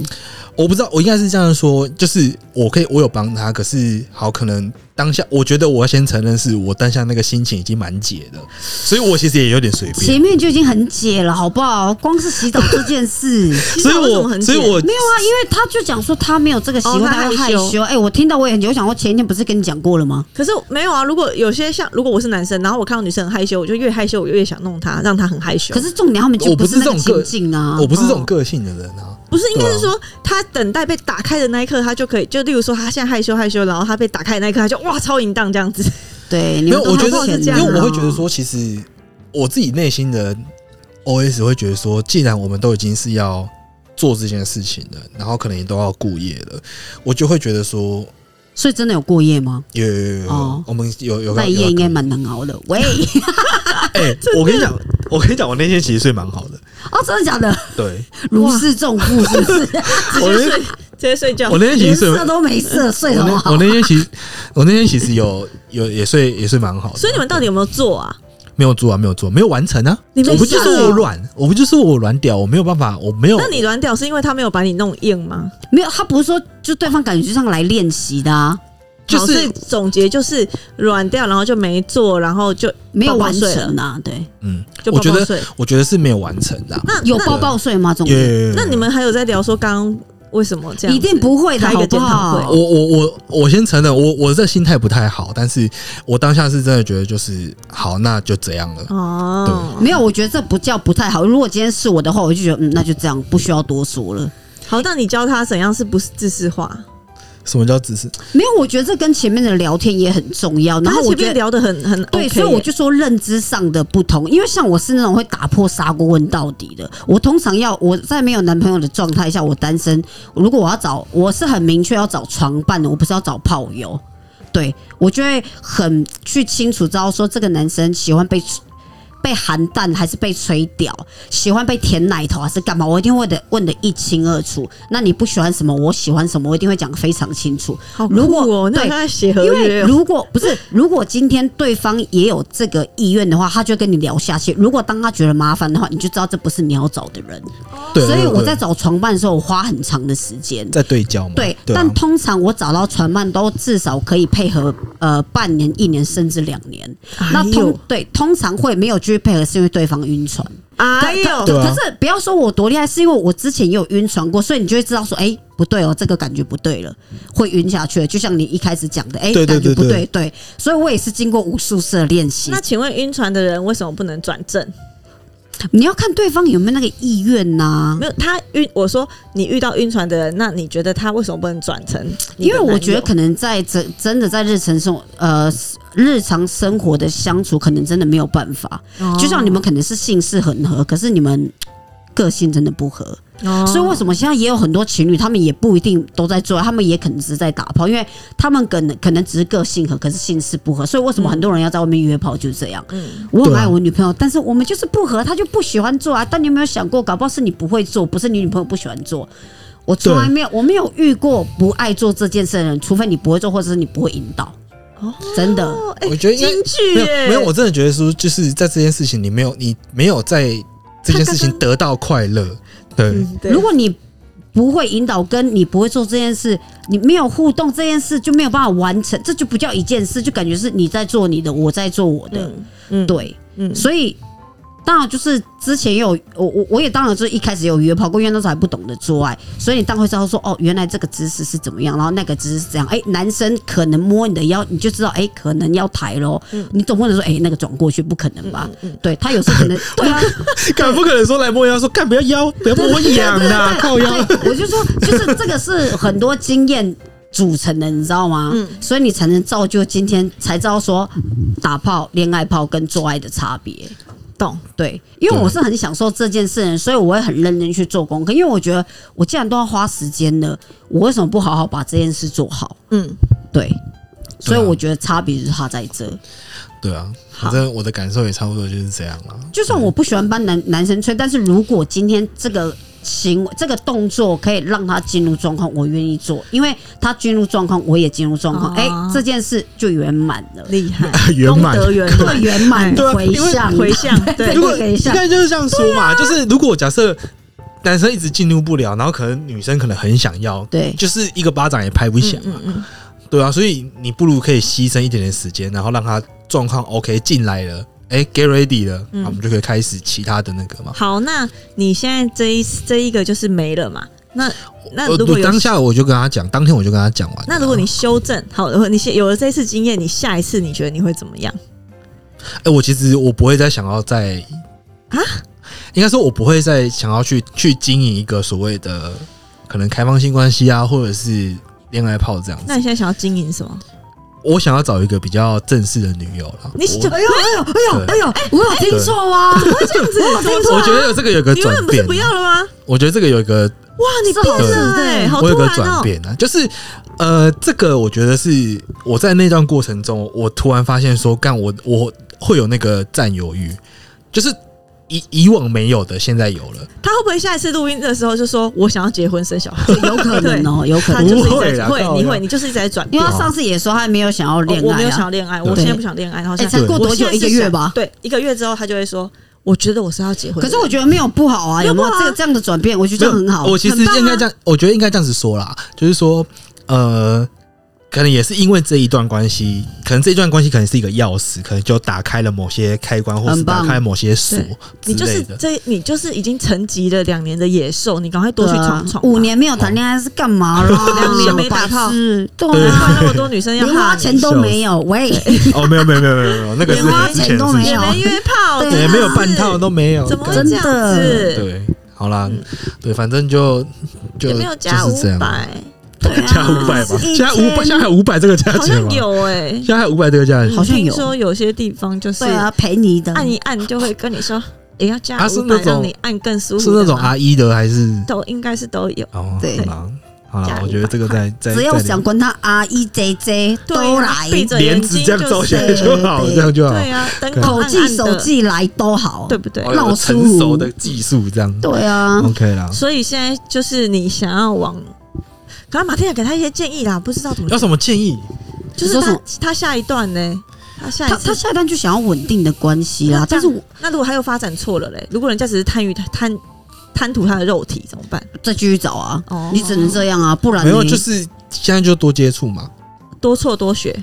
Speaker 1: 我不知道，我应该是这样说，就是我可以我有帮他，可是好可能当下我觉得我要先承认是我当下那个心情已经蛮解的，所以我其实也有点随便。
Speaker 3: 前面就已经很解了，好不好？光是洗澡这 件事，
Speaker 1: 所以
Speaker 4: 其实我怎么
Speaker 1: 我
Speaker 4: 很
Speaker 1: 所以
Speaker 4: 解
Speaker 1: 我
Speaker 3: 没有啊，因为他就讲说他没有这个习惯，
Speaker 4: 哦他
Speaker 3: 他会
Speaker 4: 害
Speaker 3: 害
Speaker 4: 羞
Speaker 3: 羞。哎、我听到我也很久，我想我前一天不是跟你讲过了吗？
Speaker 4: 可是没有啊，如果有些像，如果我是男生，然后我看到女生很害羞，我就越害羞，我越想弄她，让她很害羞。
Speaker 3: 可是重点他们就
Speaker 1: 哦我不是
Speaker 3: 是那
Speaker 1: 这
Speaker 3: 个
Speaker 1: 种哦个
Speaker 3: 情境啊
Speaker 1: 我。不是这种个性的人啊。
Speaker 4: 不是应该是说，他等待被打开的那一刻，他就可以，就例如说，他现在害羞害羞，然后他被打开的那一刻，他就哇超淫荡这样子。
Speaker 3: 对，
Speaker 1: 没
Speaker 3: 你
Speaker 1: 有，
Speaker 3: 们都
Speaker 1: 我觉
Speaker 3: 太
Speaker 1: 得
Speaker 3: 浅
Speaker 4: 是这
Speaker 1: 因
Speaker 4: 样哦
Speaker 1: 为
Speaker 3: 了
Speaker 1: 我会觉得，说，其实我自己内心的 OS 会觉得说，既然我们都已经是要做这件事情了，然后可能也都要过夜了，我就会觉得说，
Speaker 3: 所以真的有过夜吗？
Speaker 1: 有有有有有，
Speaker 3: 哦
Speaker 1: 我们有有啊
Speaker 3: 那
Speaker 1: 个
Speaker 3: 一夜应该
Speaker 1: 有个
Speaker 3: 蛮难熬的。 喂，
Speaker 1: 哎、 我跟你讲，我跟你讲，我那天其实睡蛮好的，
Speaker 3: 哦，真的假的？
Speaker 1: 对
Speaker 3: 如释重负是不是？
Speaker 1: 我
Speaker 4: 直
Speaker 1: 那
Speaker 4: 接睡，直接睡觉
Speaker 1: 我。那天其
Speaker 3: 连
Speaker 1: 实睡
Speaker 3: 色
Speaker 1: 蛮。
Speaker 3: 都没色，睡
Speaker 1: 我
Speaker 3: 得
Speaker 1: 那
Speaker 3: 好
Speaker 1: 我。那天其实，我那天其实有有也睡也睡蛮好的，
Speaker 4: 所以你们到底有没有做啊？
Speaker 1: 没有做啊，没有做，没有完成啊！
Speaker 4: 你没
Speaker 1: 我不就
Speaker 4: 下
Speaker 1: 是
Speaker 4: 载
Speaker 1: 我软，我不就是我软屌，我没有办法，我没有。
Speaker 4: 那你软屌是因为他没有把你弄硬吗？
Speaker 3: 没有，他不是说就对方感觉就像来练习的啊，
Speaker 1: 就
Speaker 4: 好
Speaker 1: 是
Speaker 4: 所以总结就是软掉，然后就没做，然后就
Speaker 3: 没有完
Speaker 4: 抱抱睡
Speaker 3: 成啊。对，
Speaker 1: 嗯，
Speaker 4: 就
Speaker 1: 我
Speaker 4: 抱
Speaker 1: 觉
Speaker 4: 抱
Speaker 1: 得
Speaker 4: 睡。
Speaker 1: 我觉得是没有完成的啊、
Speaker 4: 那
Speaker 3: 有
Speaker 4: 那
Speaker 3: 抱抱睡吗？总
Speaker 1: 耶、
Speaker 3: 之
Speaker 4: 那你们还有在聊说刚刚为什么这样
Speaker 3: 一
Speaker 4: 子？
Speaker 3: 定不会的，
Speaker 4: 开一个
Speaker 3: 好不
Speaker 4: 检讨
Speaker 3: 好
Speaker 1: 我？我我我先承认，我我这心态不太好，但是我当下是真的觉得就是好，那就这样了。
Speaker 4: 哦，
Speaker 3: 没有，我觉得这不叫不太好。如果今天是我的话，我就觉得嗯，那就这样，不需要多说了。
Speaker 4: 好，那你教他怎样是不是自视化？
Speaker 1: 什么叫只是？
Speaker 4: 哦
Speaker 3: 没有，我觉得这跟前面的聊天也很重要。然后
Speaker 4: 他
Speaker 3: 我
Speaker 4: 前
Speaker 3: 觉
Speaker 4: 面
Speaker 3: 得。
Speaker 4: 聊的很很 OK
Speaker 3: 对
Speaker 4: 耶
Speaker 3: 所以我就说认知上的不同，因为像我是那种会打破砂锅问到底的。我通常要我在没有男朋友的状态下，我单身，如果我要找，我是很明确要找床伴的，我不是要找炮友。对我就会很去清楚知道说这个男生喜欢被被含蛋还是被吹屌，喜欢被舔奶头还是干嘛，我一定会的问的一清二楚。那你不喜欢什么，我喜欢什么，我一定会讲得非常清楚。
Speaker 4: 好酷
Speaker 3: 如
Speaker 4: 哦，
Speaker 3: 果
Speaker 4: 那
Speaker 3: 对
Speaker 4: 他在写合
Speaker 3: 因为
Speaker 4: 约哦，
Speaker 3: 如果不是，如果今天对方也有这个意愿的话，他就跟你聊下去。如果当他觉得麻烦的话，你就知道这不是你要找的人。
Speaker 1: 对，
Speaker 3: 所以
Speaker 1: 对
Speaker 3: 我
Speaker 1: 对
Speaker 3: 在找床伴的时候，我花很长的时间。
Speaker 1: 在对焦嘛。
Speaker 3: 对，
Speaker 1: 啊
Speaker 3: 但通常我找到船伴都至少可以配合呃半年、一年甚至两年。那
Speaker 4: 哎
Speaker 3: 通
Speaker 4: 呦
Speaker 3: 对通常会没有继续配合，是因为对方晕船。
Speaker 4: 哎
Speaker 3: 可
Speaker 4: 呦
Speaker 3: 可，
Speaker 1: 对啊
Speaker 3: 可是不要说我多厉害，是因为我之前也有晕船过，所以你就会知道说，哎、不对哦，这个感觉不对了，会晕下去了。就像你一开始讲的，哎、
Speaker 1: 对对
Speaker 3: 感觉不
Speaker 1: 对
Speaker 3: 对，对，所以我也是经过无数次的练习
Speaker 4: 那。请问晕船的人为什么不能转正？
Speaker 3: 你要看对方有没有那个意愿呐、
Speaker 4: 没有他晕，我说你遇到晕船的人，那你觉得他为什么不能转成你
Speaker 3: 因
Speaker 4: 的男友？
Speaker 3: 为我觉得可能在真真的在日常生活呃日常生活的相处，可能真的没有办法。
Speaker 4: 哦
Speaker 3: 就像你们可能是性事很合，可是你们个性真的不合。
Speaker 4: 哦
Speaker 3: 所以为什么现在也有很多情侣，他们也不一定都在做爱，他们也可能只是在打炮，因为他们可能可能只是个性合，可是性事不合。所以为什么很多人要在外面约炮就是这样？
Speaker 4: 嗯
Speaker 3: 我很
Speaker 1: 对啊
Speaker 3: 爱我女朋友，但是我们就是不合，她就不喜欢做啊。但你有没有想过，搞不好是你不会做，不是你女朋友不喜欢做。我从来没有，我没有遇过不爱做这件事的人，除非你不会做，或者是你不会引导。
Speaker 4: 哦
Speaker 3: 真的，
Speaker 4: 哦，哎
Speaker 1: 我觉得应该
Speaker 4: 京剧
Speaker 1: 没有
Speaker 4: 耶
Speaker 1: 没有，我真的觉得说，就是在这件事情，你没有你没有在这件事情得到快乐， 对，
Speaker 4: 嗯对
Speaker 3: 如果你不会引导，跟你不会做这件事，你没有互动，这件事就没有办法完成，这就不叫一件事，就感觉是你在做你的，我在做我的。
Speaker 4: 嗯嗯
Speaker 3: 对，
Speaker 4: 嗯
Speaker 3: 所以当然就是之前也有我我我也当然就是一开始有约炮过，因为那时候还不懂得做爱，所以你当然会知道说哦，原来这个姿势是怎么样，然后那个姿势是这样。哎、男生可能摸你的腰，你就知道哎、可能要抬喽。
Speaker 4: 嗯
Speaker 3: 你总不能说哎、那个转过去不可能吧？对他有时候 可能对啊，
Speaker 1: 敢不可能说来摸腰说干不要腰，不要摸我痒 啊，靠腰。
Speaker 3: 对，我就说就是这个是很多经验。组成的，你知道吗？
Speaker 4: 嗯
Speaker 3: 所以你才能造就今天，才知道说打炮、恋爱炮跟做爱的差别。
Speaker 4: 懂
Speaker 3: 对，因为我
Speaker 1: 对
Speaker 3: 是很享受这件事情，所以我会很认真去做功课。因为我觉得，我既然都要花时间了，我为什么不好好把这件事做好？
Speaker 4: 嗯
Speaker 3: 对，所以
Speaker 1: 对啊
Speaker 3: 我觉得差别就是差在这。
Speaker 1: 对啊，反正我的感受也差不多就是这样了。
Speaker 3: 就算我不喜欢帮男男生吹，但是如果今天这个行为、这个动作可以让他进入状况，我愿意做，因为他进入状况，我也进入状况，
Speaker 4: 哦
Speaker 3: 哎、这件事就圆满了，
Speaker 4: 厉害
Speaker 1: 圆满
Speaker 4: 功德圆
Speaker 3: 特
Speaker 4: 满
Speaker 3: 圆满
Speaker 1: 对啊
Speaker 3: 回
Speaker 1: 因为
Speaker 3: 向
Speaker 4: 回向对
Speaker 1: 如果
Speaker 3: 等一
Speaker 1: 应
Speaker 3: 下
Speaker 1: 该就是这样说嘛，
Speaker 4: 啊
Speaker 1: 就是如果假设男生一直进入不了，然后可能女生可能很想要，
Speaker 3: 对
Speaker 1: 就是一个巴掌也拍不响，
Speaker 4: 嗯嗯
Speaker 1: 对啊，所以你不如可以牺牲一点点时间，然后让他状况 OK 进来了，哎，get ready 了，那
Speaker 4: 嗯
Speaker 1: 我们就可以开始其他的那个嘛。
Speaker 4: 好，那你现在这一这一个就是没了嘛？那那
Speaker 1: 我
Speaker 4: 如果
Speaker 1: 我
Speaker 4: 有
Speaker 1: 当下我就跟他讲，当天我就跟他讲完了。
Speaker 4: 那如果你修正好，如果你现有了这次经验，你下一次你觉得你会怎么样？
Speaker 1: 哎、我其实我不会再想要再
Speaker 4: 啊，
Speaker 1: 应该说我不会再想要去去经营一个所谓的可能开放性关系啊，或者是恋爱炮这样
Speaker 4: 那
Speaker 1: 子。
Speaker 4: 你现在想要经营什么？
Speaker 1: 我想要找一个比较正式的女友了。
Speaker 4: 你
Speaker 1: 我
Speaker 4: 就
Speaker 3: 哎呦哎呦哎呦哎呦，我有听错啊！
Speaker 4: 这样子，
Speaker 1: 我觉得有这个有个
Speaker 4: 你原
Speaker 1: 转
Speaker 4: 本不是
Speaker 1: 变啊
Speaker 4: 不，要了吗？
Speaker 1: 我觉得这个有一个
Speaker 4: 哇，你
Speaker 3: 是
Speaker 4: 变
Speaker 1: 好
Speaker 4: 了
Speaker 3: 事
Speaker 4: 哎、
Speaker 3: 对
Speaker 4: 好
Speaker 1: 我有
Speaker 4: 突
Speaker 1: 个
Speaker 4: 然
Speaker 1: 转
Speaker 4: 哦、
Speaker 1: 变啊，就是呃，这个我觉得是我在那段过程中，我突然发现说，干我我会有那个占有欲，就是以以往没有的，现在有了。
Speaker 4: 他会不会下一次录音的时候就说我想要结婚生小 孩？
Speaker 3: 有可能哦、有可
Speaker 4: 他
Speaker 3: 能，
Speaker 4: 就是
Speaker 1: 不会
Speaker 4: 一直
Speaker 1: 啦
Speaker 4: 在会，
Speaker 1: 靠
Speaker 4: 你
Speaker 1: 腰
Speaker 4: 会，你就是一直在转
Speaker 3: 因
Speaker 4: 变
Speaker 3: 为。他上次也说他没有想要恋
Speaker 4: 哦我没
Speaker 3: 爱、
Speaker 4: 有
Speaker 3: 啊
Speaker 4: 想要恋爱，我
Speaker 1: 对
Speaker 4: 现在不想恋爱，然后
Speaker 3: 哎、
Speaker 4: 现在
Speaker 3: 才过
Speaker 4: 我
Speaker 3: 多
Speaker 4: 现
Speaker 3: 久？
Speaker 4: 在
Speaker 3: 一个
Speaker 4: 是
Speaker 3: 月
Speaker 4: 想
Speaker 3: 吧。
Speaker 4: 对，一个月之后他就会说，我觉得我是要结婚的。
Speaker 3: 可是我觉得没有不好啊，有没有这个这样的转变？我觉得这样很好。
Speaker 1: 我其实
Speaker 3: 很棒啊
Speaker 1: 应该这样，我觉得应该这样子说啦，就是说，呃，可能也是因为这一段关系，可能这一段关系可能是一个钥匙，可能就打开了某些开关，或是
Speaker 3: 很棒
Speaker 1: 打开某些锁之
Speaker 4: 对你就
Speaker 1: 类
Speaker 4: 是
Speaker 1: 的。
Speaker 4: 这，你就是已经沉寂了两年的野兽，你赶快多去
Speaker 3: 对啊
Speaker 4: 闯闯吧。
Speaker 3: 五年没有谈恋爱是干嘛啦？
Speaker 4: 两年没打炮
Speaker 3: 是，对
Speaker 1: 对
Speaker 4: 难
Speaker 3: 啊，
Speaker 4: 怪那么多女生要
Speaker 3: 连花
Speaker 4: 怕你
Speaker 3: 钱都没有，喂，
Speaker 1: 哦，没有没有没有没有没有，那个是
Speaker 3: 连花
Speaker 1: 之前
Speaker 3: 钱
Speaker 1: 的
Speaker 3: 都
Speaker 1: 事
Speaker 3: 没
Speaker 1: 情
Speaker 4: 也
Speaker 3: 有
Speaker 4: 没约炮，
Speaker 3: 对啊
Speaker 1: 对，没有
Speaker 4: 真的
Speaker 1: 半
Speaker 4: 是
Speaker 1: 套都没有，
Speaker 4: 怎么会
Speaker 1: 干
Speaker 4: 这样子？
Speaker 1: 对，好啦，对，反正就就
Speaker 4: 也没有加
Speaker 1: 就是
Speaker 4: 五
Speaker 1: 这样，
Speaker 4: 百，
Speaker 3: 对 啊
Speaker 1: 加五百吧
Speaker 3: 是，一
Speaker 1: 加五百，
Speaker 3: 千
Speaker 1: 现在还有五百这个价
Speaker 4: 好
Speaker 1: 钱吗
Speaker 4: 像？有哎
Speaker 1: 现，在还有五百这个价钱
Speaker 3: 好像有
Speaker 4: 听说有些地方就是
Speaker 3: 对啊，陪你的，
Speaker 4: 按一按就会跟你说，也要加
Speaker 1: 啊是
Speaker 4: 五
Speaker 1: 那
Speaker 4: 百，
Speaker 1: 种
Speaker 4: 让你按更舒服
Speaker 1: 是
Speaker 4: 的吗，
Speaker 1: 那种啊阿姨的还是？
Speaker 4: 都应该是都有。
Speaker 1: 哦，
Speaker 3: 对
Speaker 1: 好啦，好啦
Speaker 4: 加，
Speaker 1: 我觉得这个在在
Speaker 3: 只要想管他啊，E J J
Speaker 4: 对啊
Speaker 3: 都来，
Speaker 4: 闭着
Speaker 1: 帘
Speaker 4: 眼
Speaker 1: 子
Speaker 4: 睛
Speaker 1: 这样照下来就好，
Speaker 3: 对
Speaker 1: 这样就好，
Speaker 4: 对啊，灯光
Speaker 3: 口
Speaker 4: 暗
Speaker 3: 技
Speaker 4: 暗
Speaker 3: 手
Speaker 4: 的，
Speaker 3: 技来都好，
Speaker 4: 对不对？
Speaker 1: 哦有
Speaker 3: 让我
Speaker 1: 个
Speaker 3: 舒
Speaker 1: 成熟
Speaker 3: 服
Speaker 1: 的技术这样
Speaker 3: 对啊，
Speaker 1: ，OK 啦。
Speaker 4: 所以现在就是你想要往。可能马天也给他一些建议啦，不知道怎么
Speaker 1: 有，什么建议？
Speaker 4: 就是
Speaker 3: 你说什
Speaker 4: 他
Speaker 3: 么
Speaker 4: 他下一段呢，他下一
Speaker 3: 他
Speaker 4: 次
Speaker 3: 他下一段就想要稳定的关系啦
Speaker 4: 那，这样
Speaker 3: 但是我
Speaker 4: 那如果他又发展错了嘞，如果人家只是贪欲贪贪图他的肉体怎么办？
Speaker 3: 再继续找啊，
Speaker 4: 哦
Speaker 3: 你只能这样啊，不然
Speaker 1: 没有，
Speaker 3: 你
Speaker 1: 就是现在就多接触嘛，
Speaker 4: 多错多学，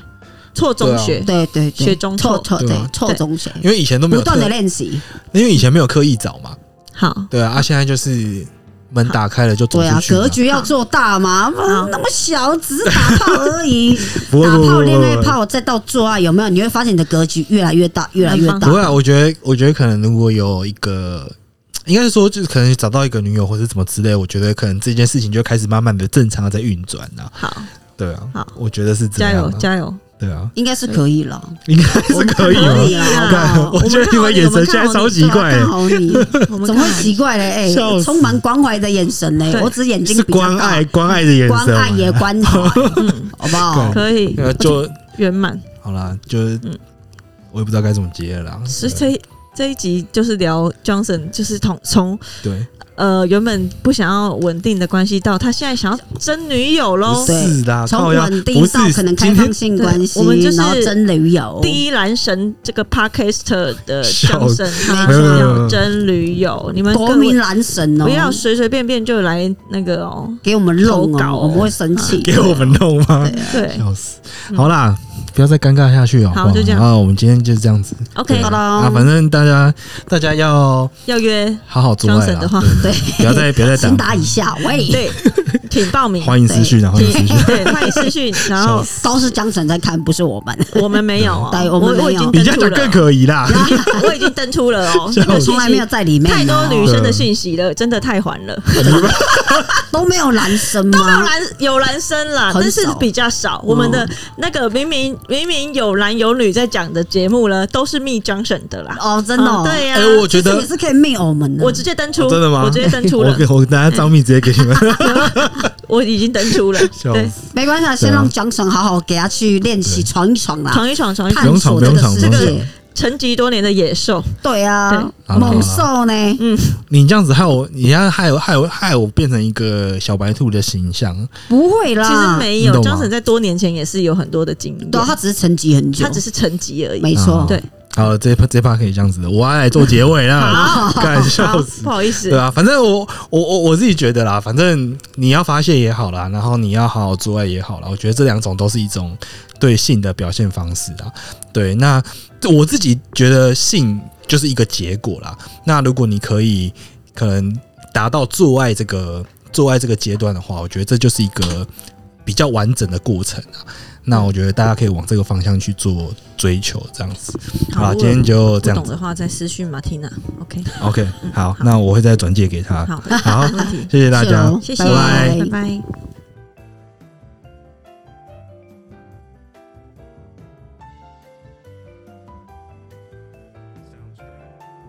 Speaker 4: 错中学，
Speaker 3: 对啊对对，
Speaker 4: 学中
Speaker 3: 错
Speaker 4: 错
Speaker 3: 错
Speaker 1: 对
Speaker 3: 对
Speaker 1: 啊
Speaker 3: 错中学，
Speaker 1: 因为以前都没
Speaker 3: 不
Speaker 1: 有特
Speaker 3: 断，的练习，
Speaker 1: 因为以前没有刻意找嘛，
Speaker 4: 好，
Speaker 1: 对啊，啊，现在就是门打开了就走
Speaker 3: 对
Speaker 1: 出，
Speaker 3: 啊
Speaker 1: 去嘛，
Speaker 3: 格局要做大嘛，不然那么小，只是打炮而已，
Speaker 1: 不会
Speaker 3: 打
Speaker 1: 不会不
Speaker 3: 炮、
Speaker 1: 会
Speaker 3: 恋爱
Speaker 1: 不会
Speaker 3: 炮，再到做爱，有没有？你会发现你的格局越来越大，越来越
Speaker 4: 很
Speaker 3: 大
Speaker 1: 不。会啊，我觉得，我觉得可能如果有一个，应该是说，就是可能找到一个女友或者怎么之类，我觉得可能这件事情就开始慢慢的正常的在运转啊。
Speaker 4: 好，
Speaker 1: 对啊，
Speaker 4: 好
Speaker 1: 我觉得是这
Speaker 4: 加
Speaker 1: 样、
Speaker 4: 油
Speaker 1: 啊。
Speaker 4: 加油，
Speaker 1: 对啊，
Speaker 3: 应该是可以了，
Speaker 1: 应该是可以
Speaker 3: 可
Speaker 1: 吗？
Speaker 3: 以哦啦
Speaker 1: 干我觉得你们眼神现在超奇怪、欸
Speaker 3: 对啊刚，好你
Speaker 4: 我们
Speaker 3: 怎么会
Speaker 4: 看
Speaker 3: 奇怪嘞？哎、
Speaker 1: 笑死
Speaker 3: 充满关怀的眼神嘞、
Speaker 4: 对
Speaker 3: 我只眼睛
Speaker 1: 是
Speaker 3: 比较
Speaker 1: 关
Speaker 3: 大
Speaker 1: 爱，关爱的眼
Speaker 3: 关
Speaker 1: 神嘛，
Speaker 3: 爱也关怀，好不好？
Speaker 4: 嗯可以
Speaker 1: 呃，就
Speaker 4: 圆满？
Speaker 1: 好啦，就是
Speaker 4: 嗯
Speaker 1: 我也不知道该怎么接了啦。
Speaker 4: 是
Speaker 1: 对
Speaker 4: 这这一集就是聊 Johnson，就是从从
Speaker 1: 对，
Speaker 4: 呃原本不想要稳定的关系，到他现在想要真女友
Speaker 1: 不
Speaker 4: 喽。
Speaker 1: 是啦，
Speaker 3: 哦从
Speaker 1: 靠腰
Speaker 3: 稳定
Speaker 1: 不是
Speaker 3: 到可能开
Speaker 1: 今天
Speaker 3: 放性关系，
Speaker 4: 对我们就是
Speaker 3: 然后真旅游，
Speaker 4: 第一男神这个 podcaster 的
Speaker 1: 笑
Speaker 4: Johnson，他
Speaker 3: 没错
Speaker 4: 想要真旅友，你们各
Speaker 3: 国
Speaker 4: 位
Speaker 3: 民男神哦，
Speaker 4: 不要随随便便就来那个哦。
Speaker 3: 给我们弄
Speaker 4: 投稿哦
Speaker 3: 哦，我们会生气。
Speaker 1: 啊给我们弄吗？
Speaker 4: 对
Speaker 1: 笑死！
Speaker 4: 嗯
Speaker 1: 好啦，不要再尴尬下去哦。
Speaker 4: 好
Speaker 1: 不
Speaker 4: 就这样
Speaker 1: 啊，我们今天就这样子。
Speaker 4: ，OK，
Speaker 3: 好
Speaker 1: 啊，
Speaker 3: 了，
Speaker 1: 反正大家大家要
Speaker 4: 要约
Speaker 1: 好好做爱
Speaker 4: Johnson 的
Speaker 1: 啦，
Speaker 4: 话，
Speaker 3: 对，
Speaker 1: 不要再不要再
Speaker 3: 请
Speaker 1: 打
Speaker 3: 打，一下，喂，
Speaker 4: 对，请报名，
Speaker 1: 欢迎私讯啊，然后
Speaker 4: 请
Speaker 1: 迎私讯。
Speaker 4: 对，欢迎 私讯。然后
Speaker 1: 笑
Speaker 3: 都是江晨在看，不是我 们。
Speaker 4: 我们没有哦，
Speaker 3: 对
Speaker 4: 我
Speaker 3: 我们没有
Speaker 4: 我已经
Speaker 1: 你
Speaker 4: 登
Speaker 1: 这样
Speaker 4: 出
Speaker 1: 讲更
Speaker 4: 了，
Speaker 1: 可疑啦，
Speaker 4: 我已经登出了哦，
Speaker 1: 笑
Speaker 4: 这个信息
Speaker 3: 从来没有在里面哦，
Speaker 4: 太多女生的信息了，真的太缓了。
Speaker 3: 都没有男生吗？
Speaker 4: 有男有男生啦，
Speaker 3: 嗯很
Speaker 4: 但是
Speaker 3: 少嗯
Speaker 4: 比较少。我们的那个明明明明有男有女在讲的节目呢，都是密张省的啦。
Speaker 3: 哦，真的哦，
Speaker 4: 嗯对呀
Speaker 1: 哎，，我觉
Speaker 3: 这
Speaker 1: 得
Speaker 3: 也是可以灭偶们啊的。
Speaker 4: 我直接登出，
Speaker 1: 哦真的吗
Speaker 4: 我直接登 出
Speaker 1: 我
Speaker 4: 了，嗯
Speaker 1: 给我等下张密直接给你们，
Speaker 4: 我已经登出了。
Speaker 1: 笑
Speaker 4: 对，
Speaker 1: 死！
Speaker 3: 没关系，啊，先让江晨好好给他去练习闯一闯啦，
Speaker 4: 闯一闯，闯一
Speaker 1: 不
Speaker 4: 闯，
Speaker 1: 用闯，
Speaker 3: 探索
Speaker 1: 不
Speaker 3: 这
Speaker 1: 用
Speaker 3: 个
Speaker 1: 闯，
Speaker 3: 世
Speaker 1: 不
Speaker 3: 界。
Speaker 1: 用闯。
Speaker 4: 沉寂多年的野兽，
Speaker 3: 对啊，
Speaker 1: 对
Speaker 3: 猛兽呢？
Speaker 1: 你这样子害我，你要害我，害我，害我变成一个小白兔的形象。
Speaker 3: 不会
Speaker 4: 其实
Speaker 3: 啦，
Speaker 4: 没
Speaker 1: 你
Speaker 4: 有。
Speaker 1: 懂吗
Speaker 4: Johnson 在多年前也是有很多的经验，
Speaker 3: 对啊，他只是沉寂很久，
Speaker 4: 他只是啊沉寂而已。
Speaker 3: 没错
Speaker 1: 嗯。
Speaker 4: 对，
Speaker 1: 好了，这一趴这一趴可以这样子，我要来做结尾了，干笑
Speaker 4: 好
Speaker 1: 死，
Speaker 4: 不。好意思
Speaker 1: 对，啊，反正我我我我自己觉得啦，反正你要发泄也好啦，然后你要好好做爱也好啦，我觉得这两种都是一种对性的表现方式啊。对，那我自己觉得性就是一个结果啦。那如果你可以可能达到做爱这个做爱这个阶段的话，我觉得这就是一个比较完整的过程啊。那我觉得大家可以往这个方向去做追求，这样子。好啦，
Speaker 4: 如果
Speaker 1: 今天就
Speaker 4: 不
Speaker 1: 这样
Speaker 4: 懂
Speaker 1: 子
Speaker 4: 的。话再私讯马缇娜。OK，
Speaker 1: OK，好，那我会再转借给他。
Speaker 4: 好，
Speaker 1: 好
Speaker 4: 没问题，
Speaker 1: 谢谢大家。
Speaker 3: 哦
Speaker 4: 谢谢，
Speaker 1: 拜
Speaker 4: 拜拜。